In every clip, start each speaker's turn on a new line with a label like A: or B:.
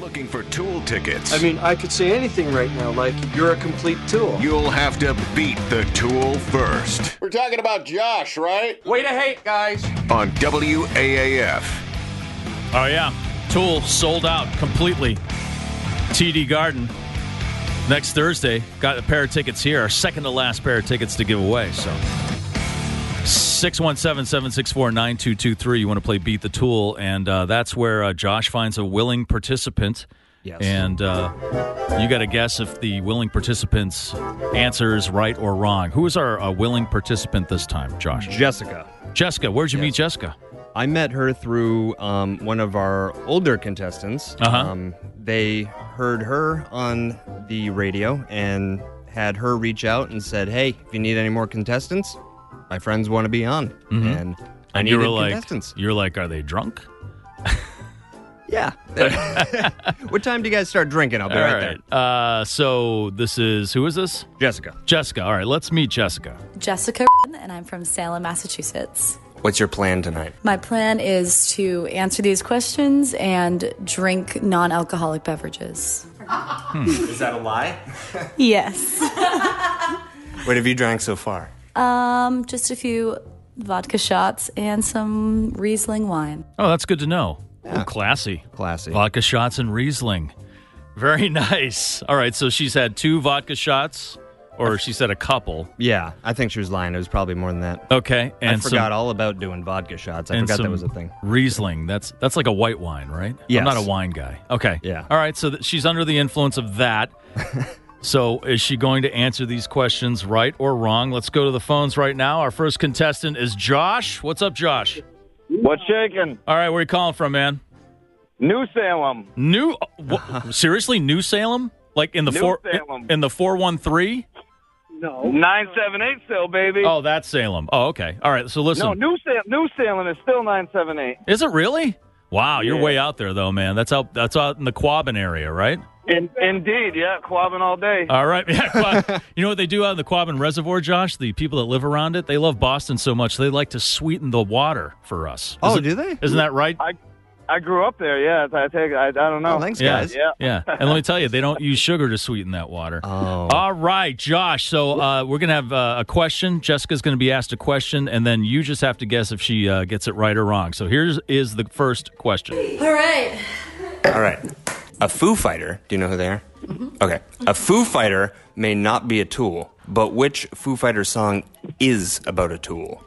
A: Looking for tool tickets.
B: I mean, I could say anything right now, like, you're a complete tool.
A: You'll have to beat the tool first
C: We're talking about Josh, right?
D: Way to hate, guys.
A: on WAAF.
E: Oh yeah, Tool sold out completely. TD Garden next Thursday. Got a pair of tickets here. Our second to last pair of tickets to give away. So. 617-764-9223 you want to play beat the tool and uh, that's where uh, josh finds a willing participant yes. and uh, you got to guess if the willing participant's answer is right or wrong who is our uh, willing participant this time josh
F: Jessica.
E: jessica where'd you meet jessica
F: I met her through um, one of our older contestants.
E: Uh-huh.
F: Um, they heard her on the radio and had her reach out and said, "Hey, if you need any more contestants, my friends want to be on." And I
E: Mm-hmm. and you
F: needed
E: were like
F: contestants.
E: you're like are they drunk
F: Yeah. what time do you guys start drinking? I'll be right, there.
E: Uh, so this is who is this?
F: Jessica.
E: Jessica. All right, let's meet Jessica.
G: Jessica, and I'm from Salem, Massachusetts.
F: What's your plan tonight?
G: My plan is to answer these questions and drink non alcoholic beverages.
F: Hmm. Is that a lie?
G: Yes.
F: What have you drank so far?
G: Um, just a few vodka shots and some Riesling wine.
E: Oh, that's good to know. Oh, classy.
F: Classy.
E: Vodka shots and Riesling. Very nice. All right, so she's had two vodka shots, or she said a couple.
F: Yeah, I think she was lying. It was probably more than that.
E: Okay,
F: I
E: and
F: forgot all about doing vodka shots. I
E: some, and
F: forgot that
E: some
F: was a thing.
E: Riesling. That's that's like a white wine, right?
F: Yes.
E: I'm not a wine guy. Okay.
F: Yeah.
E: All right. So that she's under the influence of that. so is she going to answer these questions right or wrong? Let's go to the phones right now. Our first contestant is Josh. What's up, Josh?
H: What's shaking?
E: All right. Where you calling from, man?
H: New Salem.
E: New. uh, wha- seriously, New Salem? Like in the
H: New
E: four
H: Salem.
E: in the four one three?
H: 978 still, baby.
E: Oh, that's Salem. Oh, okay. All right. So listen.
H: no, New, Sal- New Salem is still 978.
E: is it really? Wow, you're
H: Yeah.
E: way out there though, man. That's out. That's out in the Quabbin area, right?
H: In- indeed, yeah, quabbing all day.
E: All right. Yeah, Quab- you know what they do out in the Quabbin Reservoir, Josh? The people that live around it, they love Boston so much they like to sweeten the water for us.
F: Oh,
E: Isn't-
F: do they?
E: Isn't that right?
H: I I grew up there, yeah. I take I, I don't know.
F: Oh, thanks,
E: Yeah.
F: guys.
H: Yeah.
E: yeah. And let me tell you, they don't use sugar to sweeten that water.
F: Oh.
E: All right, Josh. So uh, we're going to have uh, a question. Jessica's going to be asked a question, and then you just have to guess if she uh, gets it right or wrong. So here's is the first question.
G: All right.
F: All right. A Foo Fighter. Do you know who they are? Okay. A Foo Fighter may not be a tool, but which Foo Fighter song is about a tool?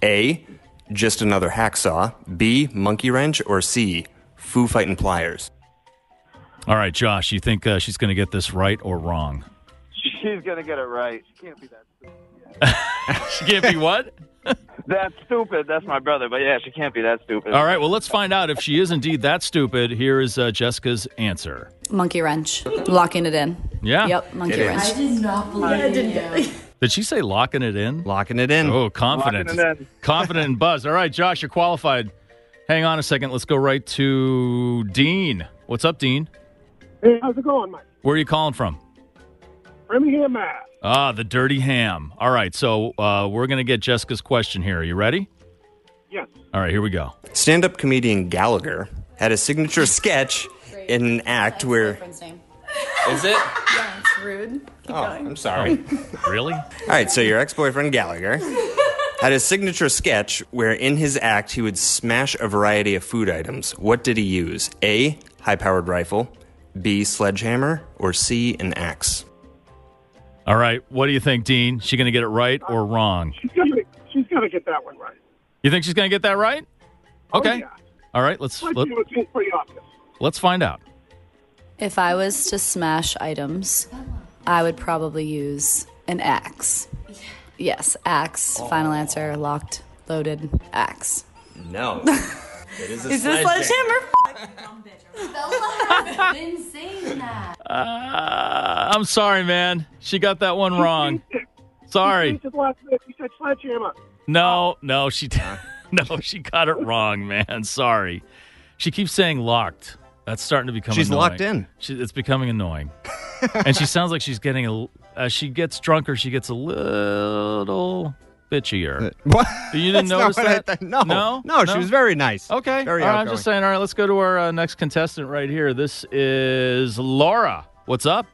F: A. Just another hacksaw. B. Monkey wrench. Or C. Foo Fightin' pliers.
E: All right, Josh. You think uh, she's going to get this right or wrong?
H: She's gonna get it right. She can't be that. Stupid.
E: She can't be what?
H: That's stupid. That's my brother, but yeah, she can't be that stupid.
E: All right. Well, let's find out if she is indeed that stupid. Here is uh, Jessica's answer.
G: Monkey wrench. Locking it in.
E: Yeah.
G: Yep, monkey
F: It is.
G: wrench.
E: Did she say locking it in?
F: Locking it in.
E: Oh, confident.
H: Locking it in.
E: confident and buzz. All right, Josh, you're qualified. Hang on a second. Let's go right to Dean. What's up, Dean?
I: Hey, how's it going, Mike?
E: Where are you calling from?
I: Framingham, Mass.
E: Ah, the dirty ham. All right, so uh, we're going to get Jessica's question here. Are you ready?
I: Yes.
E: All right, here we go.
F: Stand up comedian Gallagher had a signature sketch in an act where. Is it?
G: That's rude.
F: Oh, I'm sorry.
E: Really?
F: All right, so your ex boyfriend Gallagher had a signature sketch where in his act he would smash a variety of food items. What did he use? A. High powered rifle, B. Sledgehammer, or C. An axe?
E: All right, what do you think, Dean? She going to get it right or wrong?
I: She's gonna she's gonna get that one right.
E: You think she's going to get that right? Okay.
I: Oh, yeah.
E: All right, let's
I: But
E: let,
I: it seems pretty obvious.
E: let's find out.
G: If I was to smash items, I would probably use an axe. Yes, axe. Final answer locked, loaded, axe.
F: No. It is a
G: Is this sledgehammer?
D: been saying that.
E: Uh, I'm sorry, man. She got that one wrong.
I: He
E: Sorry.
I: said last night, he said sledgehammer.
E: No, no, she no, she got it wrong, man. Sorry. She keeps saying locked. That's starting to become.
F: She's
E: annoying.
F: locked in.
E: She, it's becoming annoying, and she sounds like she's getting a. l- As she gets drunker, she gets a little bitchier.
F: Uh, What?
E: You didn't
F: That's
E: notice
F: not what I
E: that?
F: thought. No,
E: No?
F: no,
E: No?
F: She was very nice.
E: Okay.
F: Very
E: all right, I'm
F: outgoing.
E: just saying. All right, let's go to our uh, next contestant right here. This is Laura. What's up?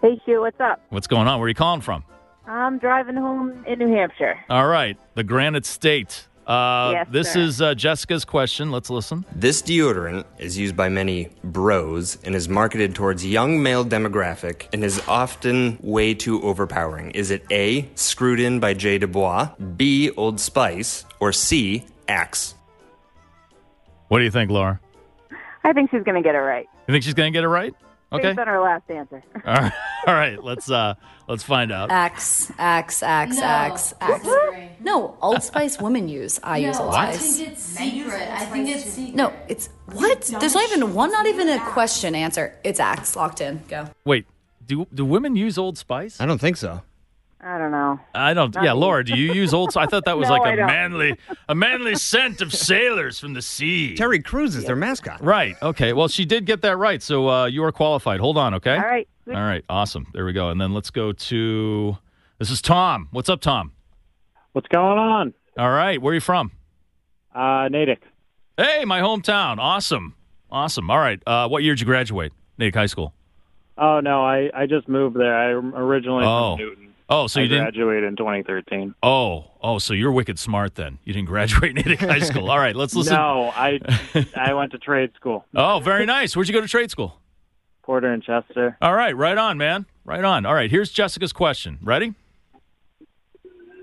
J: Hey, Stu, what's up?
E: What's going on? Where are you calling from?
J: I'm driving home in New Hampshire.
E: All right, the Granite State. Uh,
J: Yes,
E: this
J: sir.
E: is uh, Jessica's question. Let's listen.
F: This deodorant is used by many bros and is marketed towards young male demographic and is often way too overpowering. Is it A, Screwed In by Jay Dubois, B, Old Spice, or C, Axe?
E: What do you think, Laura?
J: I think she's going to get it right.
E: You think she's gonna get it right? Okay.
J: Based on her last answer.
E: All right. All right. Let's uh let's find out.
G: Axe, axe, axe, axe, axe. No, Old Spice women use. I use Old
D: I
G: Spice.
D: think it's secret. I think it's secret.
G: No, it's what? There's not even one, not even a question answer. It's axe locked in. Go.
E: Wait. Do do women use Old Spice?
F: I don't think so.
J: I don't know.
E: I don't. Yeah, Laura, do you use Old Spice? I thought that was
J: No,
E: like
J: I
E: a
J: don't.
E: manly a manly scent of sailors from the sea.
F: Terry Crews is their mascot.
E: Right. Okay. Well, she did get that right, so uh, you are qualified. Hold on. Okay.
J: All right.
E: All right. Awesome. There we go. And then let's go to this is Tom. What's up, Tom?
K: What's going on?
E: All right. Where are you from?
K: Uh, Natick,
E: Hey, my hometown. Awesome. Awesome. All right. Uh, what year did you graduate? Natick High School.
K: Oh no, I, I just moved there. I'm originally
E: Oh.
K: from Newton.
E: Oh, so
K: I
E: you didn't.
K: graduated in 2013.
E: Oh, oh, so you're wicked smart then. You didn't graduate Natick High School. All right, let's listen.
K: No, I I went to trade school,
E: Oh, very nice. Where'd you go to trade school?
K: Porter and Chester.
E: All right, right on, man. Right on. All right, here's Jessica's question. Ready?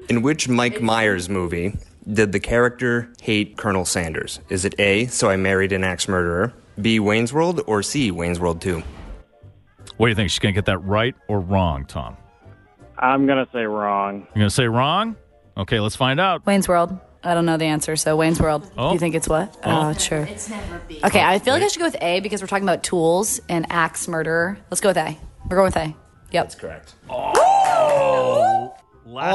F: In which Mike Myers movie did the character hate Colonel Sanders? Is it A, So I Married an Axe Murderer, B, Wayne's World, or C, Wayne's World 2?
E: What do you think? She's going to get that right or wrong, Tom?
K: I'm gonna say wrong.
E: You're going to say wrong? Okay, let's find out.
G: Wayne's World. I don't know the answer, so Wayne's World.
E: Oh.
G: You think it's what?
E: Oh.
G: Oh, sure.
D: It's never B.
G: Okay, I feel like I should go with A because we're talking about tools and axe murderer. Let's go with A. We're going with A. Yep.
F: Correct.
E: Last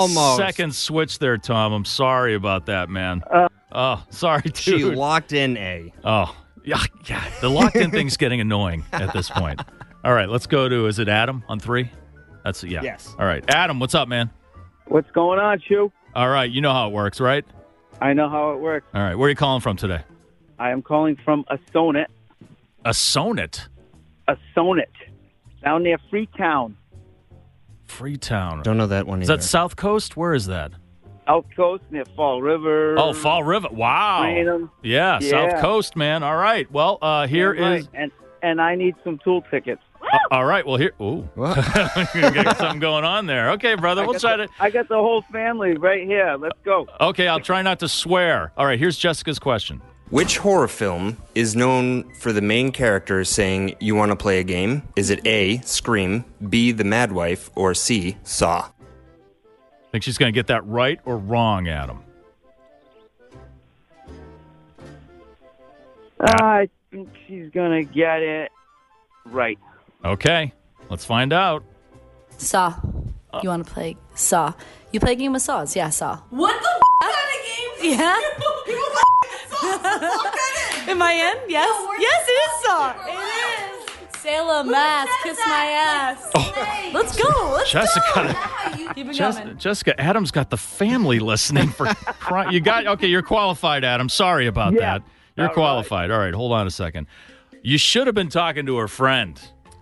F: Almost.
E: second switch there, Tom. I'm sorry about that, man.
K: Uh,
E: oh, sorry, dude.
F: She locked in A.
E: oh, yeah, yeah. The locked in thing's getting annoying at this point. All right, let's go to, is it Adam on three? That's, yeah.
K: Yes.
E: All right, Adam, what's up, man?
K: What's going on, Shu?
E: All right, you know how it works, right?
K: I know how it works.
E: All right, where are you calling from today?
K: I am calling from a sonnet,
E: A sonnet,
K: a sonnet, down near Freetown,
E: Freetown.
F: Don't know that one
E: Is
F: either.
E: that South Coast? Where is that?
K: out coast near Fall River.
E: Oh, Fall River. Wow.
K: Freedom.
E: Yeah, South
K: Yeah.
E: Coast, man. All right. Well, uh, here is. uh,
K: Right, and and I need some tool tickets.
E: All right. Well, here. Ooh,
F: What?
E: we got something going on there. Okay, brother. We'll try to.
K: I got the whole family right here. Let's go.
E: Okay, I'll try not to swear. All right. Here's Jessica's question.
F: Which horror film is known for the main character saying, You want to play a game? Is it A, Scream, B, The Mad Wife, or C, Saw?
E: Think she's going to get that right or wrong, Adam?
K: I think she's gonna get it right.
E: Okay. Let's find out.
G: Saw. You want to play Saw? You play a game with saws? Yeah, Saw.
D: What the f- kind of game?
G: Yeah.
D: People
G: Am I in? Yes. yes, it is Saw.
D: It is.
G: Sailor Mass, kiss my ass. Let's go. Let's
E: Jessica.
G: go. Keep it
E: Jess-
G: going.
E: Jessica, Adam's got the family listening for cry- you got okay. You're qualified, Adam. Sorry about that. You're qualified. All right, hold on a second. You should have been talking to her friend,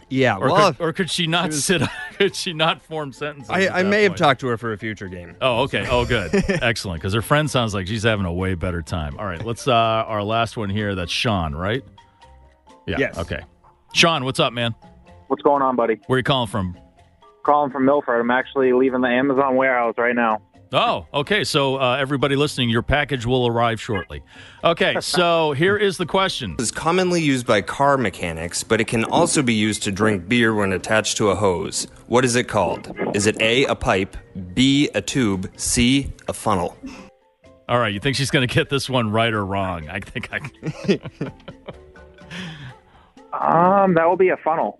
F: Yeah,
E: or
F: well,
E: could, or could she not sit? Could she not form sentences?
F: I,
E: at
F: I
E: that
F: may have
E: point?
F: talked to her for a future game.
E: Oh, okay. Oh, good. Excellent. Because her friend sounds like she's having a way better time. All right, let's uh our last one here. That's Sean, right? Yeah.
F: Yes.
E: Okay. Sean, what's up, man?
L: What's going on, buddy?
E: Where are you calling from?
L: Calling from Milford. I'm actually leaving the Amazon warehouse right now.
E: Oh, okay. So uh, everybody listening, your package will arrive shortly. Okay, so here is the question.
F: It's commonly used by car mechanics, but it can also be used to drink beer when attached to a hose. What is it called? Is it A, a pipe, B, a tube, C, a funnel?
E: All right, you think she's going to get this one right or wrong? I think I.
L: Um, that will be a funnel.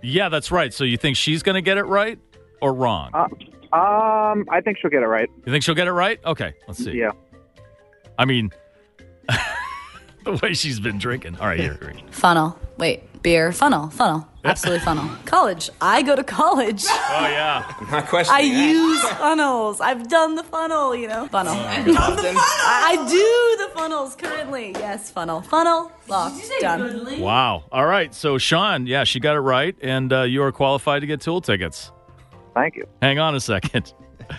E: Yeah, that's right. So you think she's going to get it right or wrong?
L: Um, I think she'll get it right.
E: You think she'll get it right? Okay, let's see.
L: Yeah.
E: I mean, the way she's been drinking. All right, here. here.
G: Funnel. Wait, beer. Funnel. Funnel. Absolutely funnel. College. I go to college.
E: Oh yeah.
F: Not
G: I use funnels. I've done the funnel, you know. Funnel. I, I do the funnels currently. Yes, funnel. Funnel. Locked. done.
E: Wow. All right. So Sean, yeah, she got it right, and uh, you are qualified to get Tool tickets.
L: Thank you.
E: Hang on a second.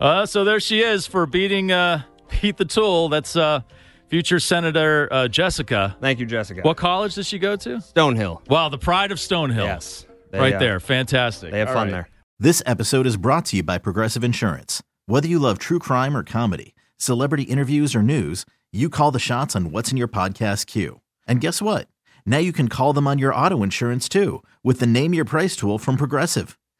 E: Uh, so there she is for beating uh, Pete the Tool. That's uh, future Senator uh, Jessica.
M: Thank you, Jessica.
E: What college does she go to?
M: Stonehill.
E: Wow, the pride of Stonehill.
M: Yes. They,
E: right
M: uh,
E: there. Fantastic.
M: they have
E: All
M: fun
E: right.
M: there.
N: This episode is brought to you by Progressive Insurance. Whether you love true crime or comedy, celebrity interviews or news, you call the shots on what's in your podcast queue. And guess what? Now you can call them on your auto insurance too with the Name Your Price tool from Progressive.